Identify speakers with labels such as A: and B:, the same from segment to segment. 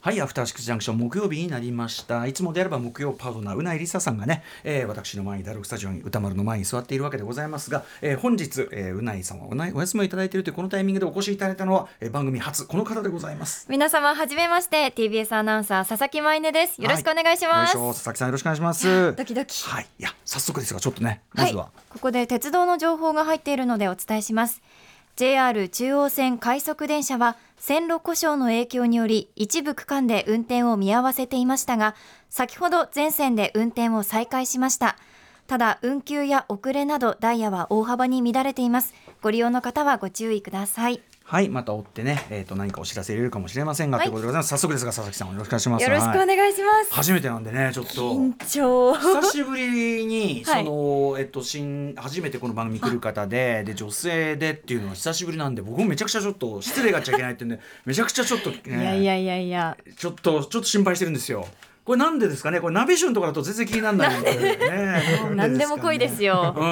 A: はい、アフターシックスジャンクション木曜日になりました。いつもであれば木曜パートナーうないりささんがね、えー私の前にダルクスタジオに歌丸の前に座っているわけでございますが、えー本日、えーうないさんはおなお休みをいただいているというこのタイミングでお越しいただいたのは、えー番組初この方でございます。
B: 皆様はじめまして TBS アナウンサー佐々木舞音ですよろしくお願いします、
A: はいよいしょ佐々木さんよろしくお願いします。
B: ドキドキ
A: はい、いや早速ですがちょっとね、ま
B: は
A: ず
B: い
A: は、
B: ここで鉄道の情報が入っているのでお伝えします JR 中央線快速電車は線路故障の影響により一部区間で運転を見合わせていましたが先ほど全線で運転を再開しましたただ運休や遅れなどダイヤは大幅に乱れていますご利用の方はご注意ください
A: はい、また追ってね、えっ、と何かお知らせ入れるかもしれませんが、
B: はい
A: ということでございます。早速ですが佐々木さんよろしくお願いします。
B: よろしくお
A: はい
B: 願いします、
A: 初めてなんでね、ちょっと
B: 緊張
A: 久しぶりに
B: は
A: そ
B: い
A: の、えっと新初めてこの番組来る方でで女性でっていうのは久しぶりなんで僕もめちゃくちゃちょっと失礼がっちゃいけないってんでめちゃくちゃちょっと、ね、
B: いやいやいやいや
A: ちょっとちょっと心配してるんですよ。これなんでですかね。これナビションとかだと全然気にならないんでね。
B: 何でも濃いですよ
A: うん、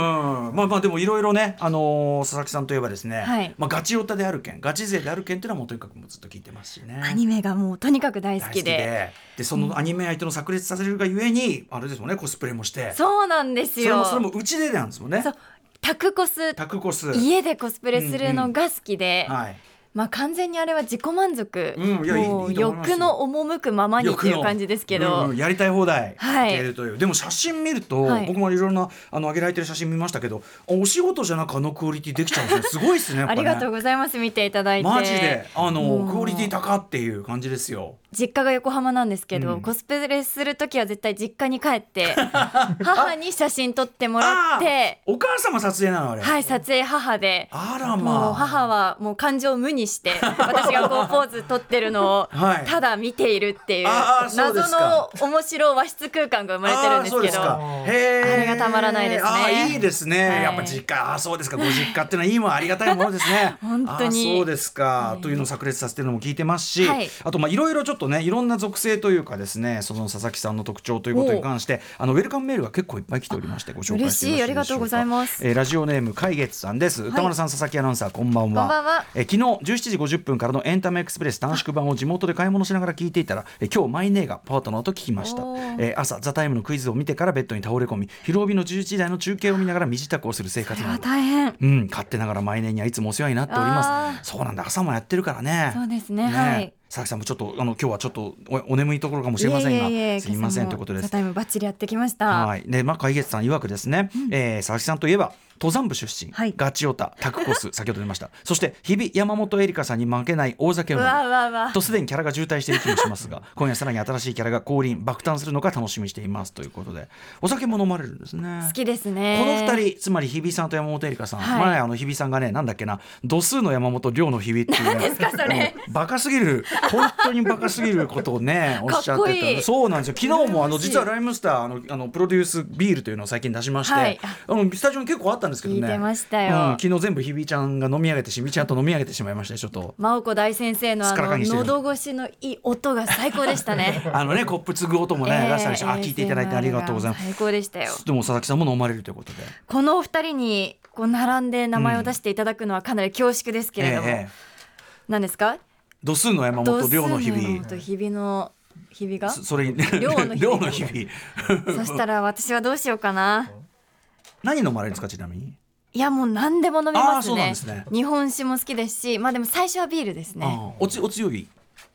A: まあまあでもいろいろね、あのー佐々木さんといえばですね、
B: はい
A: まあガチオタである件、ガチ勢である件っていうのはもうとにかくもうずっと聞いてますしね。
B: アニメがもうとにかく大好
A: 大
B: きで。
A: でそのアニメ相手の炸裂させるがゆえにあれですもんねコスプレもして
B: そうなんです
A: それも
B: よ。
A: それもうちでなんですもんね
B: そうタクコス
A: タクコス
B: 家でコスプレするのが好きで、
A: はい
B: まあ完全にあれは自己満足、
A: うんいやいい
B: も
A: いういと思いますよ
B: 欲の赴くままにっていう感じですけ
A: 欲の
B: ど、
A: うんうんやりたい放題
B: はい
A: やってるというでも写真見ると、
B: はい
A: 僕もいろんなあの上げられてる写真見ましたけどお仕事じゃなくあのクオリティできちゃうんですねすごいですねやっ
B: あ
A: ぱね
B: りがとうございます見ていただいて
A: マジであの
B: もう
A: クオリティ高っていう感じですよ
B: 実家が横浜なんですけど、
A: うん
B: コスプレする時は絶対実家に帰って 母に写真撮ってもらって
A: お母様撮影なのあれ、
B: はい撮影母で
A: あらま
B: もう
A: あ
B: 母はもう感情を無にして私がこうポーズ取ってるのを
A: はい
B: ただ見ているっていう
A: あーそうで
B: 謎
A: すか
B: の面白和室空間が生まれてるんですけど
A: あーそうですかへー
B: あれがたまらないですね
A: あーいいですね、
B: はい
A: やっぱ実家あーそうですかご実家ってのはいいもんありがたいものですね
B: 本当に
A: あーそうですか、というのを炸裂させてるのも聞いてますし、
B: はい
A: あとまあいろいろちょっとねいろんな属性というかですねその佐々木さんの特徴ということに関してあのウェルカムメールが結構いっぱい来ておりましてご紹介して
B: 嬉しいありがとうございます
A: えーラジオネーム海月さんです、歌丸さん佐々木アナウンサーこんばんは
B: こんばんは
A: えー昨日17時50分からのエンタメエクスプレス短縮版を地元で買い物しながら聞いていたら、えー今日マイネーがパートナーと聞きました
B: おー、
A: えー朝「ザタイムのクイズを見てからベッドに倒れ込み昼帯の11時台の中継を見ながら身支度をする生活
B: それ
A: な
B: は
A: んだ
B: 大変
A: うん勝手ながら毎年にはいつもお世話になっておりま
B: あ
A: すそうなんだ朝もやってるからね
B: そうですね
A: ね
B: はい
A: 佐々木さんもちょっとあの今日はちょっとおお眠いところかもしれませんが
B: いえいえいえ
A: すみませんということで
B: 今朝も
A: す
B: ザタイムバッチリやってきました、
A: はい、で、まあ、海月さん曰くですね、えー佐々木さんといえば。登山部出身、
B: はい
A: ガチオタ、タクコス、先ほど出ました。そして、日々山本エリカさんに負けない大酒
B: う
A: を飲む
B: わうわうわ
A: とすでにキャラが渋滞している気もしますが、今夜さらに新しいキャラが降臨、爆誕するのか楽しみにしていますということで、お酒も飲まれるんですね。
B: 好きです
A: こ
B: ね
A: の二人、つまり日比さんと山本エリカさん、
B: はい
A: 前あの日比さんがね、なんだっけな、度数の山本、量の日比っていう、ね。
B: ですかそれ
A: うんバカすぎる、本当にバカすぎることを ね、おっしゃってた。
B: かっこいい
A: そうなんですよ。昨日もあの
B: 羨ましい
A: 実はライムスターあのあのプロデュースビールというのを最近出しまして、
B: はい
A: あのスタジオに結構あったんですけどね。
B: 聞いてましたよ
A: うん昨日全部日比ちゃんが飲み上げてし、日比ちゃんと飲み上げてしまいまして、ちょっと。
B: 真央子大先生の
A: すっ
B: あ
A: からか
B: の
A: にしてる
B: 喉越しのいい音が最高でしたね
A: あのね、コップ継ぐ 音もね、出した りして、あ、聞いていただいてありがとうございます
B: ASMR が。最高でしたよ
A: でも佐々木さんも飲まれるということで。
B: このお二人にこう並んで名前を出していただくのはかなり恐縮ですけれども、
A: ええ
B: 何ですか
A: 度数の山本量の日
B: 度数
A: 々
B: 山本日々の日々が
A: そそれに量
B: 量の 日
A: の
B: 々
A: 日々
B: そしたら私はどうしようかな
A: 何飲まれるんですかちなみに
B: いやもう何でも飲みま
A: あーそ
B: す
A: うなん
B: ね
A: ですね
B: 日本酒も好きですしまあでも最初はビールですね
A: ああおつお強い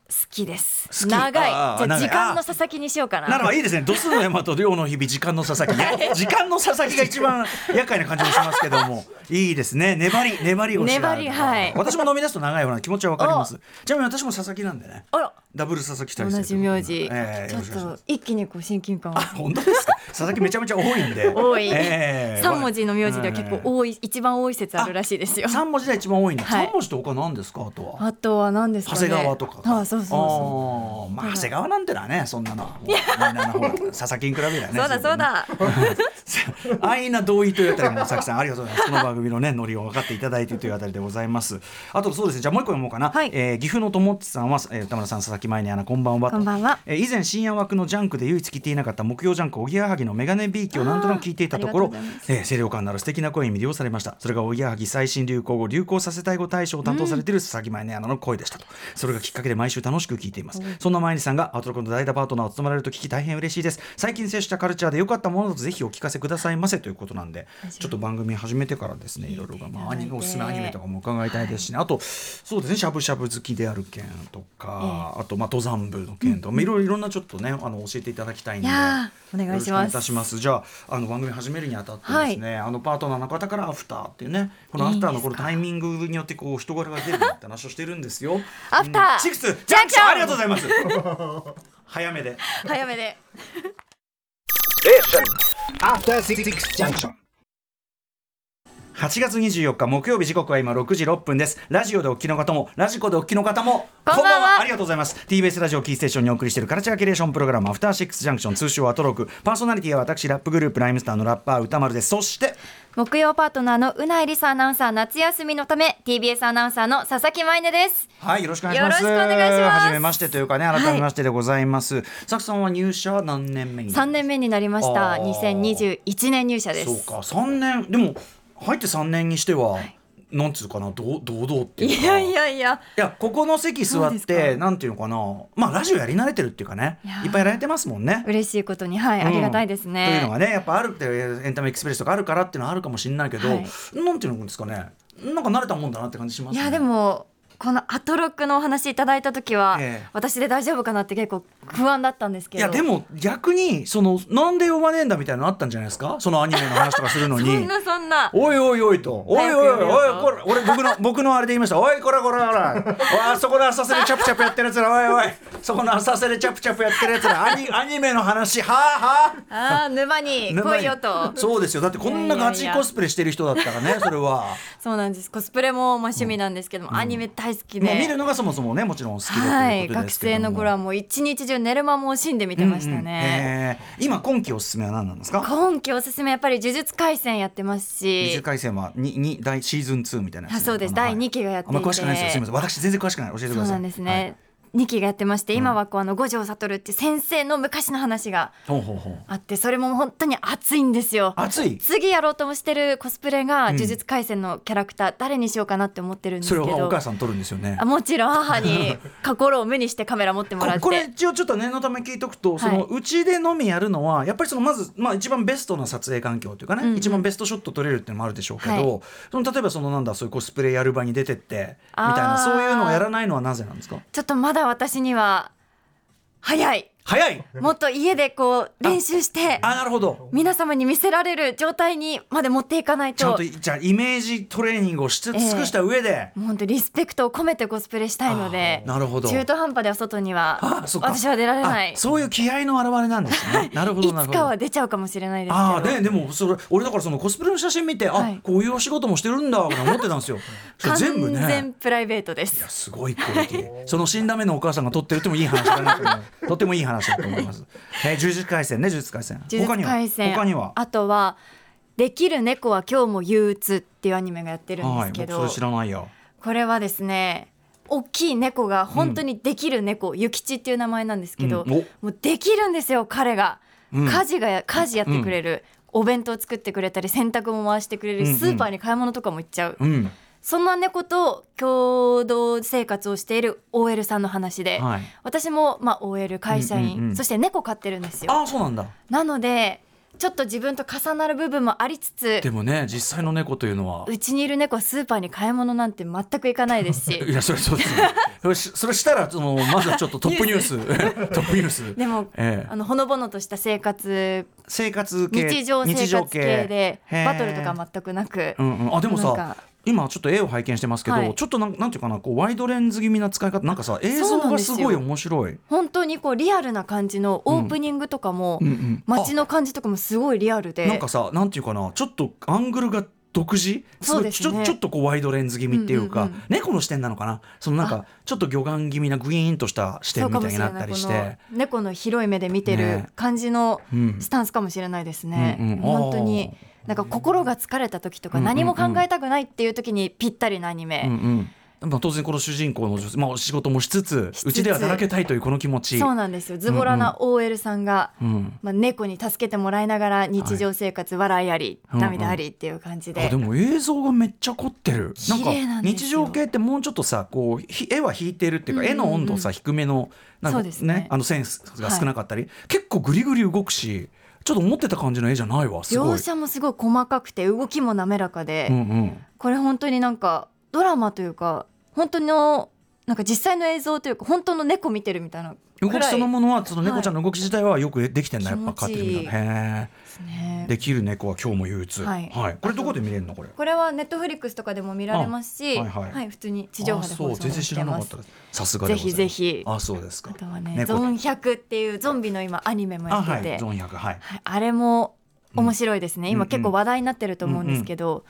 B: 好きです
A: 好き
B: 長いじ
A: あー
B: ゃあ
A: 長い
B: 時間の佐々木にしようかな
A: ならばいいですね度数の 山と量の日々時間の佐々木ね時間の佐々木が一番厄介な感じもしますけど もいいですね粘り粘りを
B: 粘りはい
A: 私も飲み出すと長いような気持ちはわかりますちなみに私も佐々木なんでね
B: あら
A: ダブル佐々木
B: 同
A: 大成
B: じ名字、
A: ええ
B: ち
A: よろしくお願いし
B: ょ
A: ま
B: っ
A: す
B: と一気にこう親近感を
A: 本当 ですか佐々木めちゃめちゃ多いんで
B: 多い、
A: ええ
B: 三3文字の名字では結構多い、一番多い説あるらしいですよ
A: 三文字が一番多いんだ。
B: はい
A: 三文字って他何ですかあとは。
B: あとは何ですか
A: 長
B: ね
A: 谷川とかか。
B: あそうそうそ
A: あーまあ長谷川なんてのはねそんなのはもうみんなのほら佐々木に比べりゃ
B: う
A: ね。
B: そうだそうだ
A: 安易な同意というあたりも佐々木さんありがとうございますこの番組のねノリを分かっていただいているというあたりでございますあとそうですねじゃあもう一個読もうかな、
B: はい
A: えー岐阜の友っちさんは、えー、歌村さん佐々木舞音アナこんばんはと
B: こんばんは
A: えー以前深夜枠のジャンクで唯一聞いていなかった木曜ジャンクおぎやはぎのメガネビーキをなんとなく聞いていたとこ
B: あ
A: ろ
B: ーありがとうございま
A: えー清涼感のある素敵な声に魅了されましたそれがおぎやはぎ最新流行語流行させたい語大賞を担当されている佐々木舞音アナの声でしたと、それがきっかけで毎週楽しく聞いていますそんなの前にさんがアウトロックの代打パートナーを務められると聞き大変嬉しいです最近接したカルチャーで良かったものだとぜひお聞かせくださいませということなんでちょっと番組始めてからですねいろいろが、まあ、アニメおすすめアニメとかも伺いたいですしね、あとそうですねしゃぶしゃぶ好きである件とか、あとまあ登山部の件とか、まあいろいろいろんなちょっとねあの教えていただきたいんで
B: いやーお願いし
A: よろくお
B: ます
A: 願いいたしますじゃああの番組始めるにあたってですね、あのパートナーの方からアフターっていうねこのアフターのこのタイミングによってこう人柄が出るって話をしてるんですよ
B: アフター
A: うんシックスジャン
B: ジャ
A: ク
B: ンク
A: シ
B: シ
A: ョ
B: ョ
A: ン
B: ン
A: ありがとうございます 早めで
B: 早めで
C: After Six Junction.
A: 8月24日木曜日時刻は今6時6分ですラジオでお聞きの方もラジコでお聞きの方も
B: こんばんは
A: ありがとうございます TBS ラジオキーステーションにお送りしているカルチャーキュレーションプログラムアフターシックスジャンクション通称アトロクパーソナリティは私ラップグループライムスターのラッパー歌丸ですそして
B: 木曜パートナーのうないりさアナウンサー夏休みのため TBS アナウンサーの佐々木舞音です
A: はいよろしくお願いします
B: よろしくお願いします
A: 初めましてというかね改めましてでございます、さくさんは入社何年目に
B: 3年目になりました
A: あー
B: 2021年入社です
A: そうか三年でも入って三年にしては、なんつうかなどう堂々っていうか
B: いやいやいや
A: いやここの席座
B: そう
A: っ
B: ですか
A: てなんていうのかなまあラジオやり慣れてるっていうかね
B: いや
A: いっぱいやられてますもんね。
B: 嬉しいことにはい、ありがたいですね
A: というのがねやっぱあるってエンタメエクスプレスとかあるからっていうのはあるかもしれないけど、
B: はい
A: なんていうのですかねなんか慣れたもんだなって感じします
B: い
A: ね。
B: やでもこのアトロックのお話いただいた時は、
A: ええ
B: 私で大丈夫かなって結構不安だったんですけ
A: い
B: ど
A: やでも逆にそのなんで呼ばねえんだみたいなのあったんじゃないですかそのアニメの話とかするの
B: そん
A: に。
B: なそんな
A: おいおいおいと、おいおい
B: 早く
A: おい
B: やれよ
A: おい、これ、俺、僕の、 僕のあれで言いました、おい、こらこらこら、おいあそこの浅瀬でチャプチャプやってるやつら、おいおい、そこの浅瀬でチャプチャプやってるやつら、アニアニメの話、はあはあ。
B: あー沼に来いよと
A: そうですよだってこんない
B: やいや
A: ガ
B: いや
A: チコスプレしてる人だったらねそれは、
B: そうなんですコスプレもまあ趣味なんですけども、アニメ大好きで、
A: まあ見るのがそもそもねもちろん好きだと
B: はいいう
A: ことで
B: 学
A: すけども
B: 生の頃はもう一日中寝る間も惜しんで見てまし
A: うん
B: たね、
A: うんえー今今期おすすめは何なんですか
B: 今期おすすめやっぱり呪術廻戦やってます
A: 二十
B: し
A: 回戦はにに第シーズン2みたいなやつ
B: あそうです
A: かな
B: 第二期がやっていて
A: あんま詳しくないですよすみません私全然詳しくない教えてくだ
B: そ
A: さいう
B: なんですね、
A: はい
B: 2期がやってまして今はこうあの五条悟っていう先生の昔の話が
A: ほうほうほう
B: あってそれも本当に熱いんですよ
A: 熱い
B: 次やろうともしてるコスプレが呪術廻戦のキャラクター、誰にしようかなって思ってるんです
A: そ
B: け
A: れ
B: ど
A: をお母さん撮るんですよね
B: あもちろん母に心を目にしてカメラ持ってもらって
A: ここれ一応ちょっと念のため聞いとくと、
B: い
A: そのうちでのみやるのはやっぱりそのまず、まあ、一番ベストな撮影環境というかね、
B: うんうん
A: 一番ベストショット撮れるっていうのもあるでしょうけど、
B: はい
A: その例えばそのなんだそういうコスプレやる場に出てってみ
B: あー
A: たいなそういうのをやらないのはなぜなんですか
B: ちょっとまだ私には早い
A: 早い
B: もっと家でこう練習して
A: あなるほど
B: 皆様に見せられる状態にまで持っていかない
A: ちゃん
B: と
A: とじゃあイメージトレーニングをしつ
B: ええ
A: 尽くした上で、
B: もう本当リスペクトを込めてコスプレしたいので
A: あーなるほど
B: 中途半端では外には
A: あそっか
B: 私は出られない
A: あそういう気合の表れなんですねなるほ
B: い
A: どなる
B: つ
A: ほ
B: か
A: ど
B: は出ちゃうかもしれないですけど
A: ああねでもそれ俺だからそのコスプレの写真見て、
B: は
A: あ
B: い
A: こういうお仕事もしてるんだとか思ってたんですよそれ
B: 完
A: 全部ね
B: 全プライベートで
A: いや
B: す
A: すごいクオリティその死んだ目のお母さんが撮ってるってもいい話だなと思 うとってもいい話だと思います えー、呪術廻戦ね呪術廻戦
B: 呪
A: 他
B: 術
A: には
B: 廻戦
A: 他には
B: あとは「できる猫は今日も憂鬱」っていうアニメがやってるんで
A: は
B: す
A: い
B: け
A: 僕
B: ど、
A: それ知らないよ
B: これはですね大きい猫が本当にできる猫、諭吉っていう名前なんですけど、
A: うんお
B: もうできるんですよ彼が、
A: うん
B: 家事が家事やってくれる、お弁当作ってくれたり洗濯も回してくれる
A: うんう
B: し、
A: ん
B: スーパーに買い物とかも行っちゃう、
A: うん
B: そんな猫と共同生活をしている OL さんの話で、
A: はい
B: 私もまあ OL 会社員、
A: うんうんうん
B: そして猫飼ってるんですよ
A: ああそうなんだ
B: なのでちょっと自分と重なる部分もありつつ
A: でもね実際の猫というのは
B: うちにいる猫スーパーに買い物なんて全く行かないです し
A: いやそれそうですねそれしそれしたらそのまずはちょっとトップニュー ストップニュース
B: でも、
A: ええ
B: あのほのぼのとした生活
A: 生活系
B: 日常生活系で
A: へー
B: バトルとか全くなく、
A: うんうん、あでも
B: な
A: さ
B: んか
A: 今ちょっと絵を拝見してますけど、
B: はい
A: ちょっとなんなんていうかなこうワイドレンズ気味な使い方なんかさ映像
B: そうなん
A: が
B: ですすよ
A: ごい面白い。
B: 本当にこうリアルな感じのオープニングとかも、
A: うんうん
B: 街の感じとかもすごいリアルで
A: なんかさなんていうかなちょっとアングルが独自
B: そうですね
A: ごいちょちょっとこうワイドレンズ気味っていうか、
B: うんうんうん
A: 猫の視点なのかなそのなんかちょっと魚眼気味なグイーンとした視点
B: そう
A: み
B: か
A: た
B: も
A: いに
B: しれ
A: なっ
B: な
A: た
B: い
A: り
B: こ
A: して、
B: の猫の広い目で見てる
A: ね
B: 感じの
A: うん
B: スタンスかもしれないですね、
A: うんうん
B: 本当になんか心が疲れた時とか
A: うんうんうん
B: 何も考えたくないっていう時にぴったりなアニメ、
A: うんうんまあ、当然この主人公の女性、まあ、仕事もしつつ
B: しつつ
A: うちで働けたいというこの気持ち
B: そうなんですよズボラな OL さんが、
A: うん、
B: まあ、猫に助けてもらいながら日常生活笑いあり、
A: うんうん
B: 涙ありっていう感じで
A: あでも映像がめっちゃ凝ってるなんか
B: 綺麗なんですよ
A: 日常系ってもうちょっとさこうひ絵は引いてるっていうか、
B: うんうんうん
A: 絵の温度さ低めのなん
B: そ
A: か、
B: うですね
A: あのセンスが少なかったり、結構グリグリ動くしちょっと思ってた感じの絵じゃないわすご
B: 描
A: い。
B: 写もすごい細かくて動きも滑らかで、
A: うんうん
B: これ本当になんかドラマというか本当のなんか実際の映像というか本当の猫見てるみたいな
A: 動きその
B: も
A: ものはその猫ちゃんの動き自体はよくできてんだ、
B: はい
A: やっぱ飼ってるみたい
B: 気持ちい
A: なへ
B: です
A: え
B: ね。
A: できる猫は今日も憂鬱
B: は
A: はいい、これどこで見れるのこれ
B: これはネットフリックスとかでも見られますし、
A: あ
B: は
A: はいいはい
B: 普通に地上波で放
A: あ
B: 送
A: そう全然知らなかったですさすがで
B: ぜ
A: ございま
B: ひ
A: す
B: ぜひ。あ
A: あそうですか
B: とはね、
A: 猫
B: ゾン100っていうゾンビの今アニメもや
A: あ
B: って
A: は
B: て、
A: いゾン100はい
B: はいあれも面白いですね。
A: うん
B: 今
A: うん
B: 結構話題になってると思うんですけど、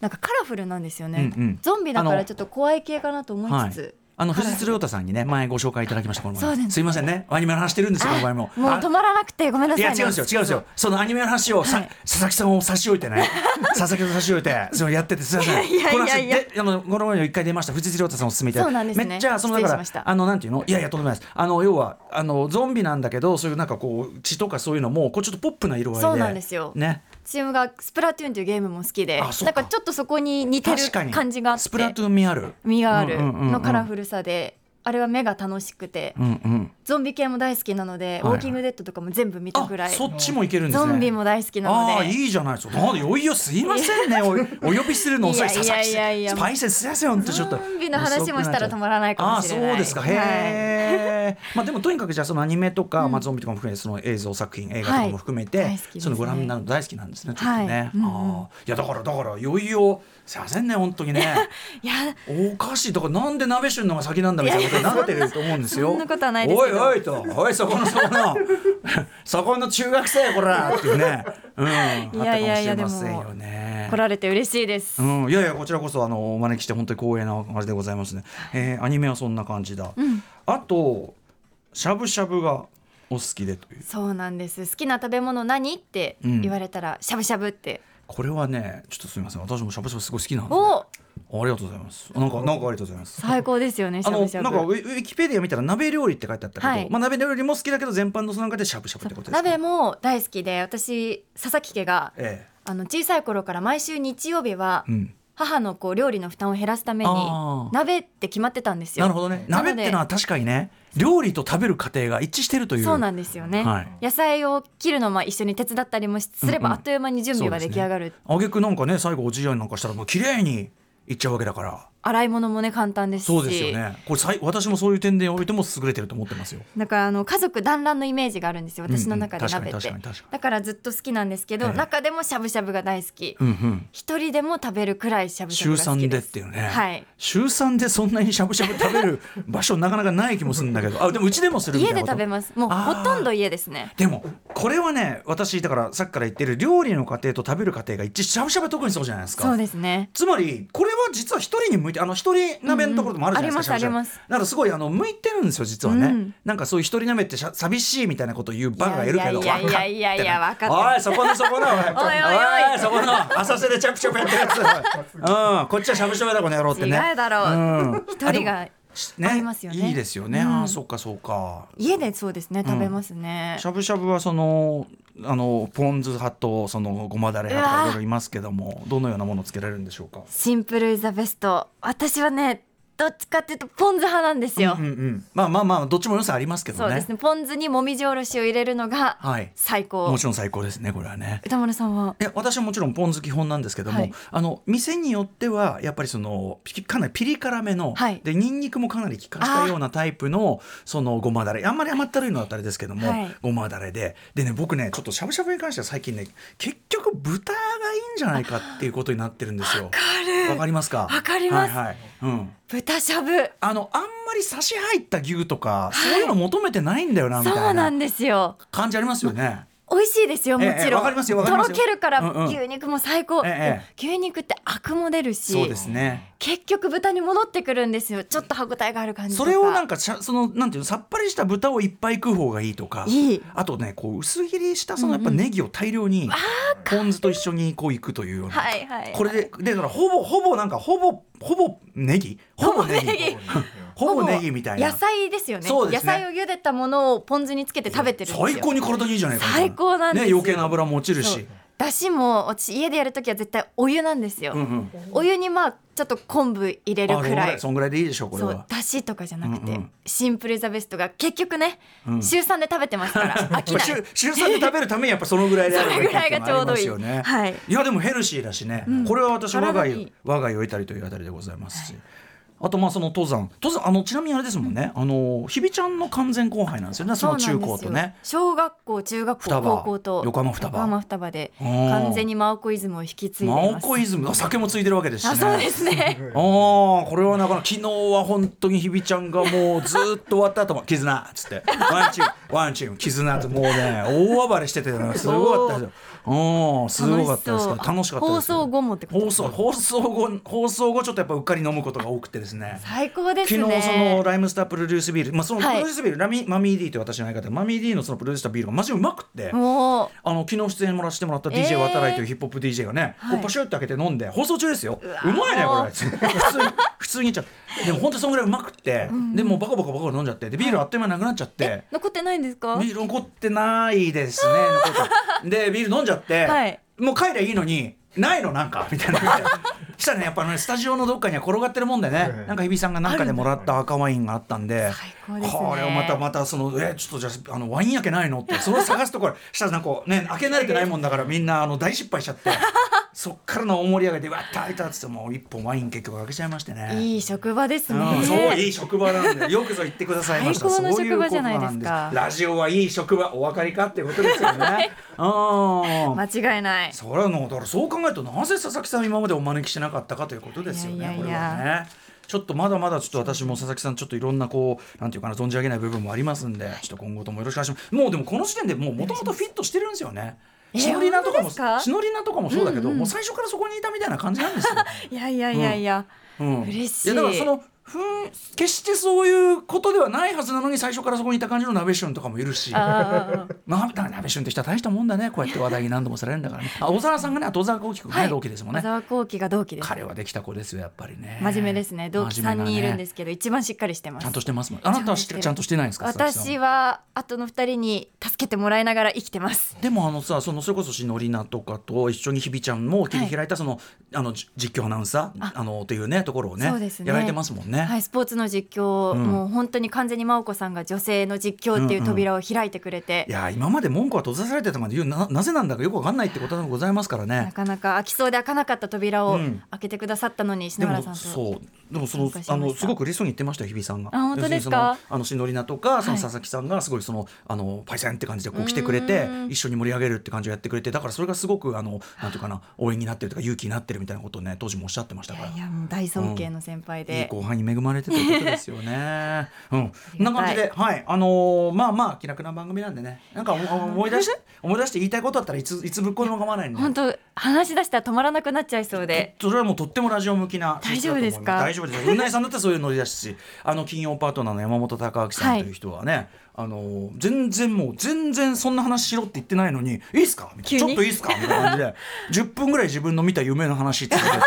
B: なんかカラフルなんですよね、
A: うんうん
B: ゾンビだからちょっと怖い系かなと思いつつ、
A: あの藤津亮太さんにね前ご紹介いただきましたこの前
B: そうですね
A: いませんねアニメの話してるんですよこの前も
B: もう
A: あ
B: 止まらなくてごめんなさ
A: い
B: い、
A: や
B: ね。
A: 違うんですよ違うんですよそのアニメの話をさ、
B: はい
A: 佐々木さんを差し置いて ね佐々木さんを差し置いてそのやっててすいません
B: いやいやいや
A: この話であのこの前の一回出ました藤津亮太さんおすすめいただいて
B: そうなんですね
A: めっちゃそのだ
B: 失礼
A: か
B: し
A: ら
B: ました
A: あのなんていうのいやいやとんでもないですあの要はあのゾンビなんだけどそういうなんかこう血とかそういうのもこうちょっとポップな色合いで
B: そうなんですよ
A: ね
B: チームがスプラトゥーンというゲームも好きで
A: あそう
B: なん
A: か
B: かちょっとそこに似てる
A: 確かに
B: 感じがあって
A: スプラトゥーン味ある
B: 身がある
A: うんうんうんうん
B: のカラフルさで、あれは目が楽しくて、
A: うんうん
B: ゾンビ系も大好きなので、
A: はいはい
B: ウォーキングデッドとかも全部見た
A: あ
B: くらい
A: そっちもいけるんです
B: ゾ
A: ね
B: ンビも大好きなので
A: ああいいじゃないですか。なんでいよいよすいませんね。おお呼びするの遅い
B: いやいや
A: 佐々木
B: いやいや
A: さん。スパイセンすいません本当ちょっと。
B: ゾンビの話もしたら止まらないかもしれない
A: ああそうですか。へえ。まあでもとにかくじゃあそのアニメとか、まあゾンビとかも含めてその映像作品映画とかも含めて、
B: はい大好きですね
A: そのご覧になるの大好きなんですね。ちょっとね。
B: はいうんうん
A: ああいやだからだからいよいよすいませんね本当にね。
B: いや
A: おかしいだからなんで鍋旬のが先なんだみたいなことになってると思うんですよ。
B: そんなことはないですけど
A: おいおいと、おいそこのそこのそこの中学生こらっていうね。うん。
B: いやいやいや
A: あったかもしれませんよね
B: 来られて嬉しいです、
A: うん、いやいやこちらこそあのお招きして本当に光栄な感じでございますね、えーアニメはそんな感じだ、あとしゃぶしゃぶがお好きでという
B: そうなんです好きな食べ物何って言われたら、しゃぶしゃぶって
A: これはねちょっとすみません私もしゃぶしゃぶすごい好きなんで
B: お
A: ありがとうございますなんかなんかありがとうございます
B: 最高ですよねし
A: あ
B: ゃ
A: の
B: ぶしゃ
A: な
B: ぶ
A: んかウィウィキペディア見たら鍋料理って書いてあったけど、
B: はい
A: まあ、鍋料理も好きだけど全般のその中でしゃぶしゃぶってことですか
B: 鍋も大好きで私佐々木家が
A: え
B: あの小さい頃から毎週日曜日は
A: えうん、
B: 母のこう料理の負担を減らすために
A: あー
B: 鍋って決まってたんですよ。
A: なるほどね
B: なの
A: 鍋
B: で
A: ってのは確かにね料理と食べる過程が一致してるという
B: そうなんですよね、
A: はい
B: 野菜を切るのも一緒に手伝ったりもしすれば
A: うん
B: あ
A: うん
B: っという間に準備が出来上がる、
A: あげくなんかね最後おじいやになんかしたらもう綺麗にいっちゃうわけだから
B: 洗い物もね簡単ですし
A: そうですよね。これさい私もそういう点でおいても優れてると思ってますよ。
B: だからあの家族団らんのイメージがあるんですよ私の中で
A: うんうん
B: 鍋って、
A: 確かに確かに確かに
B: だからずっと好きなんですけど、
A: ええ
B: 中でもしゃぶしゃぶが大好き、
A: うんうん。
B: 一人でも食べるくらいしゃぶしゃ
A: 週
B: ぶが好
A: 3
B: き
A: で
B: で
A: っ
B: す
A: ていうね、
B: はい
A: 週3でそんなにしゃぶしゃぶ食べる場所なかなかない気もするんだけどあでもうちでもするみた
B: 家
A: いな
B: で
A: こと
B: 食べますもう
A: あー
B: ほとんど家ですね
A: でもこれはね私だからさっきから言ってる料理の過程と食べる過程が一致しゃぶしゃぶは特にそうじゃないですか
B: そうですね
A: つまりこれは実は一人に向いてあの一人鍋のところでもあるじゃないですか、
B: うんうんあります
A: しゃぶしゃぶだからすごいあの向いてるんですよ実はね、
B: うん
A: なんかそういう一人鍋ってしゃ寂しいみたいなことを言うバカがいるけど
B: いやいやいやいやいや
A: わ
B: わか
A: おいそこのそこのおいおい
B: おいおい
A: そこの浅瀬でチャプチャプやってるやつ うんこっちはしゃぶしゃぶだこの野郎ってね
B: 違うだろう、
A: うん
B: 一人が
A: ね
B: ありますよね
A: いいですよね、
B: うん
A: あそっかそうか
B: 家でそうですね食べますね、
A: しゃぶしゃぶはそのあのポン酢派とそのごまだれ派と
B: う
A: かい
B: わ
A: ろいろいますけどもどのようなものをつけられるんでしょうか
B: シンプルイズザベスト私はねどっちかっていうとポン酢派なんですよ、
A: うんうん、まあまあまあどっちも良さありますけどね
B: そうですねポン酢にもみじおろしを入れるのが
A: はい
B: 最高、
A: もちろん最高ですねこれはね
B: 歌丸さんはい
A: や私はもちろんポン酢基本なんですけども、
B: はい
A: あの店によってはやっぱりそのピかなりピリ辛めの、
B: はい
A: でニンニクもかなり効かしたようなタイプのそのごまだれあんまり甘ったるいのだったらあれですけども、
B: はい
A: ごまだれででね僕ねちょっとしゃぶしゃぶに関しては最近ね結局豚がいいんじゃないかっていうことになってるんですよ。わかりますか
B: わかります
A: はいはいうん
B: 豚しゃぶ
A: あのあんまり差し入った牛とか、そういうの求めてないんだよなみたいな
B: そうなんですよ
A: 感じありますよね。
B: 美味しいですよもち
A: ええ
B: ろ
A: わ
B: ん、
A: かりますよわかり
B: と
A: ます
B: ろ
A: よ
B: けるか
A: うんう
B: ら
A: ん
B: 牛肉も最高、
A: ええええ
B: 牛肉ってアクも出るし
A: そうですね。
B: 結局豚に戻ってくるんですよちょっと歯ごたえがある感じ
A: そ
B: とか
A: れをなん
B: か
A: かしゃそのなんていうのさっぱりした豚をいっぱい食う方がいいとか
B: いい
A: あとねこう薄切りしたそのやっぱネギを大量にポン酢と一緒にこういくというような、
B: はいはいはい
A: これででだからほぼほぼなんかほぼほぼネギほぼネギほぼネギみたいな
B: 野菜ですよね
A: そうですね
B: 野菜を茹でたものをポン酢につけて食べてるんですよ
A: 最高に体にいいじゃないかみたい
B: 最高なんです
A: ね
B: よ
A: 余計な油も落ちる
B: そう
A: し
B: だしも私家でやるときは絶対お湯なんですよ、
A: うんうん
B: お湯にまあちょっと昆布入れる
A: あ
B: くらい
A: そんぐらいでいいでしょうこれ
B: そう
A: は
B: だしとかじゃなくて、
A: うんうん
B: シンプルイズザベストが結局ね、
A: ん
B: 週3で食べ てますから飽き
A: まあ
B: な
A: 週
B: い
A: 週3で食べるためにやっぱそのぐらいである
B: それぐらいがちょうどいい
A: よね、
B: はい
A: いやでもヘルシーだしね、これは私我が
B: 体
A: 家
B: にいい
A: 我が家いたりというあたりでございますし、あとまあその登山登山あのちなみにあれですもんね、あの日比ちゃんの完全後輩なんですよねその中高と
B: そうなん
A: ね
B: ですよ小学校中学
A: 双
B: 校
A: 葉
B: 高校と
A: 横浜双葉
B: 横浜双葉で
A: うん
B: 完全にマオコイズムを引き継いでい
A: マ
B: ます
A: オコイズムあ酒もついてるわけですしね
B: あそうですね
A: あーこれはなかなか昨日は本当にひびちゃんがもうずーっと終わった後も「 絆」っつって「ワンチームワンチーム絆」ってもうね大暴れしててねすごかったですよ。うんすごかったですけど楽
B: 楽しそう
A: しかったですけど
B: 放送後もってこと
A: 放送放送後放送後ちょっとやっぱうっかり飲むことが多くてですね。
B: 最高です
A: 昨
B: ね
A: 日そのライムスタープロデュースビール、まあ、そのプ
B: はい
A: ロデュースビール、ラミマミー D という私の相方マミー D のそのプロデュースしたビールがマジうまくって、
B: もう
A: あの昨日出演もらしてもらった
B: え
A: DJ
B: ー
A: 渡来というヒップホップ DJ がね、
B: はい
A: こうパシュッと開けて飲んで放送中ですよう
B: わ
A: まいねこ
B: も
A: れ
B: う
A: 普通に普通に言っちゃうでも本当そのぐらいうまくって、でもうバカバカバカバカ飲んじゃってでビールあっという間になくなっちゃって。
B: 残ってないんですか
A: ビール残ってないですね残ってでビール飲んじゃって、
B: はい
A: もう帰りゃいいのにないのなんかみたいな したらねやっぱねスタジオのどっかには転がってるもんでね、
C: ええ
A: なんか日比さんがなんかでもらった赤ワインがあったんで
B: 最高ですね
A: これをまたまたその「えちょっとじゃああのワイン開けないの?」っ てそれを探すところしたらなんかこうね開け慣れてないもんだからみんなあの大失敗しちゃってそっからの大盛り上げで「わった開いた」っつってもう一本ワイン結局開けちゃいましてね。
B: いい職場ですね、
A: うん、そういい職場なんでよくぞ言ってくださいました
B: 最高の
A: そういう
B: 職場じゃないですか
A: ことなんラジオはいい職場お分かりかってことですよ ねうん、
B: 間違いない
A: それはのだからそう考えるとなぜ佐々木さん今までお招きしなかったかということですよね
B: いやいやいや
A: これはねちょっとまだまだちょっと私も佐々木さんちょっといろんなこうなんていうかな存じ上げない部分もありますんで、ちょっと今後ともよろしくお願いしますもうでもこの時点でもう元々フィットしてるんですよね
B: えー
A: シノリナとかも、
B: 本当ですか
A: シノリナとかもそうだけど、
B: うんうん
A: もう最初からそこにいたみたいな感じなんですよ
B: いやいやいやいや、
A: うん
B: 嬉しい
A: やだからそのふん決してそういうことではないはずなのに最初からそこにいた感じの鍋旬とかもいるし。
B: あー
A: まあ、だから鍋旬って人は大したもんだねこうやって話題に何度もされるんだからねあ小沢さんがねあと小沢幸輝君ね、
B: はい
A: 同期ですもん
B: 小
A: ね
B: 沢光輝が同期です
A: 彼はできた子ですよやっぱりね
B: 真面目ですね同期
A: 真面目な
B: 3
A: ね
B: 人いるんですけど、一番しっかりしてま
A: ち
B: す
A: ゃんとしてますもんあなたはしちゃんとしてないんですか佐々木
B: 私
A: さん
B: は後の二人に助けてもらいながら生きてます
A: でもあのさそのそれこそしのりなとかと一緒にひびちゃんも切り開いたその,、あのじ実況アナウンサー
B: あ
A: あのというねところをね
B: そうですね
A: やられてますもんね、
B: はい、スポーツの実況、
A: うん
B: もう本当に完全に真央子さんが女性の実況っていう扉を開いてくれて、
A: いや今まで文句は閉ざされてたまで言うななぜなんだかよくわかんないってことでございますからね
B: な。かなか開きそうで開かなかった扉
A: う
B: を
A: ん
B: 開けてくださったのに
A: で
B: 篠原
A: も
B: さんと、
A: そうでもその
B: 参加しました
A: あのすごく理想に言ってましたよ日比さんが。
B: あ本当ですか
A: 要るにそのあのしのりなとかその
B: はい
A: 佐々木さんがすごいそのあのパイセンって感じでこう来てくれて
B: うん
A: 一緒に盛り上げるって感じをやってくれてだからそれがすごくあのなんていうかな応援になってるとか勇気になってるみたいなことをね当時もおっしゃってました
B: い
A: から
B: やい。やもう大尊敬の先輩
A: いい
B: で、
A: 後輩に恵まれてということです よね。うん、こん
B: りがたい
A: な感じで、はい、あのーまあまあ気楽な番組なんでね、なんかお思い出して、思い出して言いたいことあったらいついつぶっこんでも構わないんで。
B: 本当話し出したら止まらなくなっちゃいそうで
A: それはもうとってもラジオ向きな
B: 大丈夫ですか
A: 大丈夫ですうなえさんだってそういうノリだし あの金曜パートナーの山本隆明さんという人はね、あの全然もう全然そんな話しろって言ってないのに「いいっすか?」みたいな「ち
B: 急
A: ょっ
B: に
A: といいっすか?」みたいな感 じで10分ぐらい自分の見た夢の話って言って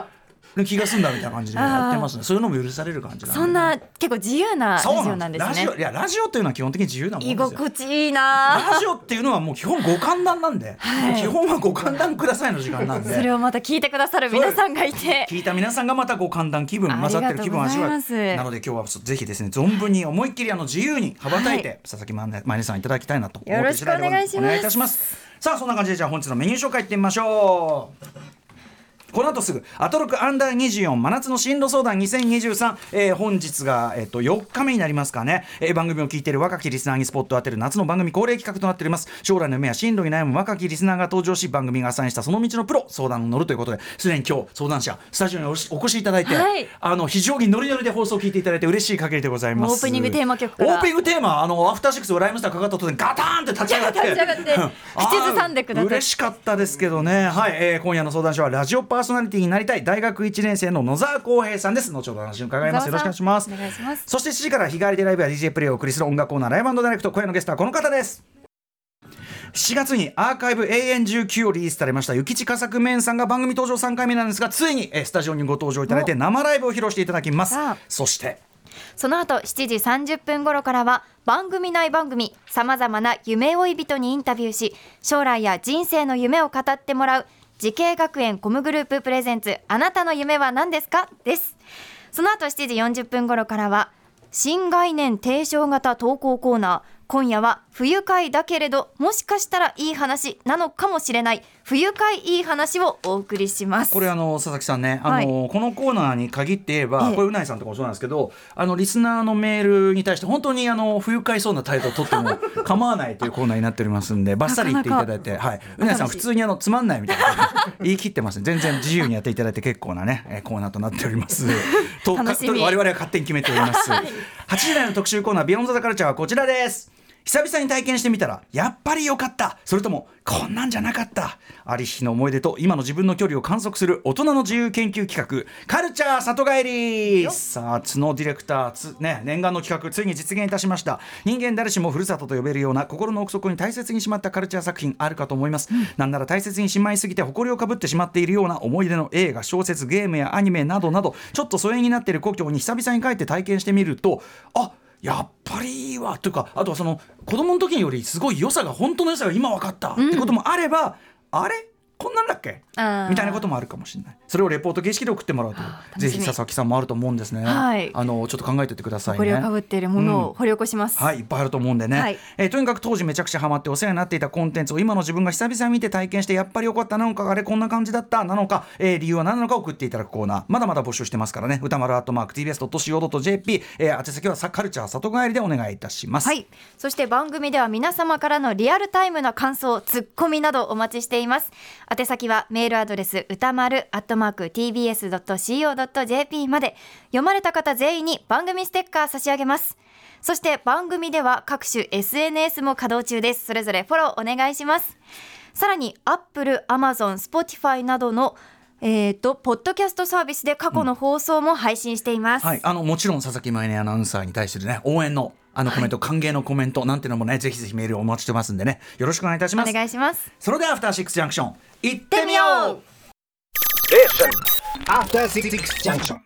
A: て気が済んだみたいな感じでやってますねそういうのも許される感じ
B: そん
A: な
B: な結構自由なラジ
A: そう
B: オ
A: な
B: なんん
A: で
B: です
A: ラ
B: す
A: ジオ
B: ね
A: いやラジオというのは基本的に自由なもんです
B: 居
A: よ
B: 心地いいな
A: ラジオっていうのはもう基本五感談なんで、
B: はい
A: 基本は五感談くださいの時間なんで
B: それをまた聞いてくださる皆さんがいて
A: 聞いた皆さんがまたこう寒暖気分
B: あり
A: 混ざ
B: がとう
A: ってる気分を味わう
B: ございます
A: なので今日はぜひですね存分に思いっきりあの自由に羽ばたいて、佐々木まねまねさんいただきたいなと思って次第でござ
B: よろしくお願いします
A: お願いいたしますさあそんな感じでじゃあ本日のメニュー紹介いってみましょうこの後すぐアトロクアンダー24真夏の進路相談2023、えー本日が、えっと4日目になりますかね、えー番組を聞いている若きリスナーにスポットを当てる夏の番組恒例企画となっております将来の夢や進路に悩む若きリスナーが登場し番組がアサインしたその道のプロ相談を乗るということですでに今日相談者スタジオにおしお越しいただいて、
B: はい
A: あの非常にノリノリで放送を聞いていただいて嬉しい限りでございます
B: もうオープニングテーマ曲から
A: オープニングテーマあのアフターシックスをライムスターかかった途端ガターンって立ち上がって
B: 立ち上 がって
A: うん
B: 口ずさんでください
A: あー嬉しかったですけどね、はいえー今夜の相談所はラジオパーソナリティになりたい大学1年生の野沢浩平さんです後ほどお話を伺いますよろしくお願いします
B: お願いします
A: そして7時から日替わりでライブや DJ プレイをお送りする音楽コーナーライブダイレクト今夜のゲストはこの方です7月にアーカイブ永遠19をリリースされました雪地佳作メンさんが番組登場3回目なんですがついにえースタジオにご登場いただいて生ライブを披露していただきます
B: さあ
A: そして
B: その後7時30分頃からは番組内番組さまざまな夢追い人にインタビューし将来や人生の夢を語ってもらう慈恵学園コムグループプレゼンツあなたの夢は何ですかですその後7時40分頃からは新概念提唱型投稿コーナー今夜は不愉快だけれどもしかしたらいい話なのかもしれない不愉快いい話をお送りします
A: これあの佐々木さんね、
B: はい
A: あのこのコーナーに限って言えば、
B: ええ
A: これうないさんとかもそうなんですけどあのリスナーのメールに対して本当にあの不愉快そうな態度を取っても構わないというコーナーになっておりますんでバッサリ言っていただいてはいうないさん普通にあのつまんないみたいな言い切ってますね全然自由にやっていただいて結構なねえーコーナーとなっておりますと
B: 楽しみ
A: かと我々は勝手に決めております8時台の特集コーナー「ビヨンドザカルチャーはこちらです久々に体験してみたらやっぱり良かったそれともこんなんじゃなかったありしの思い出と今の自分の距離を観測する大人の自由研究企画カルチャー里帰りさあ角ディレクターつ、ね、念願の企画ついに実現いたしました人間誰しもふるさとと呼べるような心の奥底に大切にしまったカルチャー作品あるかと思います、なんなら大切にしまいすぎて誇りをかぶってしまっているような思い出の映画小説ゲームやアニメなどなどちょっと疎遠になっている故郷に久々に帰って体験してみるとあやっぱりいいわというかあとはその子供の時よりすごい良さが本当の良さが今分かったってこともあれば、あれこんなんだっけ
B: あー
A: みたいなこともあるかもしれないそれをレポート形式で送ってもらうと
B: ー
A: ぜ
B: 楽し
A: ひ
B: み
A: 佐々木さんもあると思うんですね、
B: はい
A: あのちょっと考えておいてくださいね
B: これをかぶっているものを掘り起こします、
A: はい、いっぱいあると思うんでね、
B: はい
A: えーとにかく当時めちゃくちゃハマってお世話になっていたコンテンツを今の自分が久々に見て体験してやっぱり良かったなのかあれこんな感じだったなのか、えー理由は何なのか送っていただくコーナーまだまだ募集してますからね歌丸アットマーク TBS.CO.JP、えー、宛先はさカルチャー里帰りでお願いいたします。
B: はい、そして番組では皆様からのリアルタイムな感想、ツッコミなどお待ちしています。宛先はメールアドレス歌丸アットマーク tbs ドット co ドット jp まで読まれた方全員に番組ステッカー差し上げます。そして番組では各種 SNS も稼働中です。それぞれフォローお願いします。さらに Apple、Amazon、Spotify などのえー、とポッドキャストサービスで過去の放送も配信しています。
A: はい、あのもちろん佐々木舞音アナウンサーに対するね応援のあのコメント、歓迎のコメントなんてのもねぜひぜひメールをお待ちしてますんでねよろしくお願いいたし
B: お
A: ます
B: 願いします。
A: それではアフターシックスジャンクション行ってみよう
C: After Six Junction.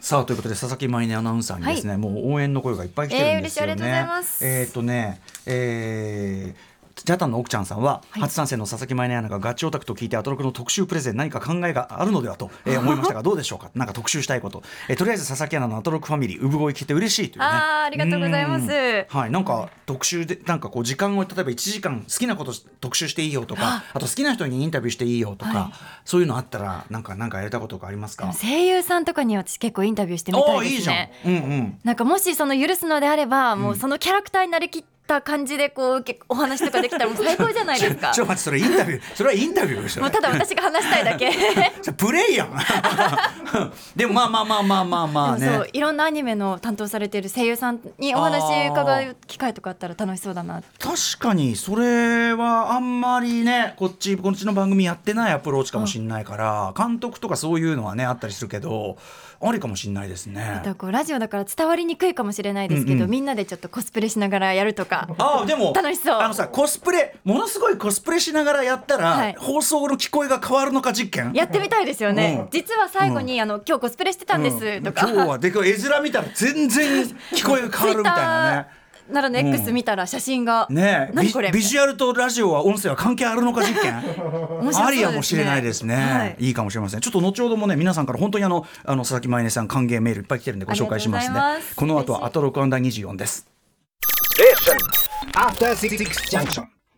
A: さあということで佐々木舞音アナウンサーにですね、もう応援の声がいっぱい来てるんですよね。
B: えー嬉しいありがとうございます
A: えーっとね、えージャタンの奥ちゃんさんは、初参戦の佐々木舞音アナがガチオタクと聞いてアトロクの特集プレゼン何か考えがあるのではと、 えー思いましたがどうでしょうかなんか特集したいこと、えーとりあえず佐々木アナのアトロクファミリー産声聞いて嬉しいというね
B: あーありがとうございます
A: うんはいなんか特集でなんかこう時間を例えば1時間好きなこと特集していいよとかあと好きな人にインタビューしていいよとか、
B: は
A: そういうのあったらなんかなんかやれたことがありますか
B: 声優さんとかに私結構インタビューしてみ
A: お
B: た
A: お
B: い
A: ーい
B: で
A: い
B: す
A: じゃん
B: ね。
A: うんうん
B: なんかもしその許すのであれば、もうそのキャラクターになりきった感じでこう受けお話とかできたら もう最高じゃないですか
A: ち。ょっと待ってそれインタビューそれはインタビューでしょ
B: もうただ私が話したいだけ。
A: それプレイやん でもまあまあまあまあまあま あ
B: でもそ
A: ね
B: ういろんなアニメの担当されている声優さんにお話伺う機会とかあったら楽しそうだな。
A: 確かにそれはあんまりねこっちこっちの番組やってないアプローチかもしれないから、監督とかそういうのはねあったりするけどありかもしれないですね
B: あとはこうラジオだから伝わりにくいかもしれないですけど、
A: うんうん
B: みんなでちょっとコスプレしながらやるとか。
A: ああでも
B: 楽しそう
A: あのさコスプレものすごいコスプレしながらやったら、
B: はい
A: 放送の聞こえが変わるのか実験
B: やってみたいですよね。
A: うん
B: 実は最後に、あの今日コスプレしてたんですとか。
A: うん今日はでかい絵面見たら全然聞こえが変わるみたいなね
B: Twitter ならの
A: うん
B: X 見たら写真が、
A: ねえ
B: 何
A: ビ
B: これ
A: ビジュアルとラジオは音声は関係あるのか実験
B: 面白そうですね
A: ありやもしれないですね、
B: はい
A: い、いかもしれませんちょっと後ほどもね皆さんから本当にあのあの佐々木舞音さん歓迎メールいっぱい来てるんでご紹介しますね
B: ありがとうございます
A: この後はアトロクアンダー24です
C: After Six Junction.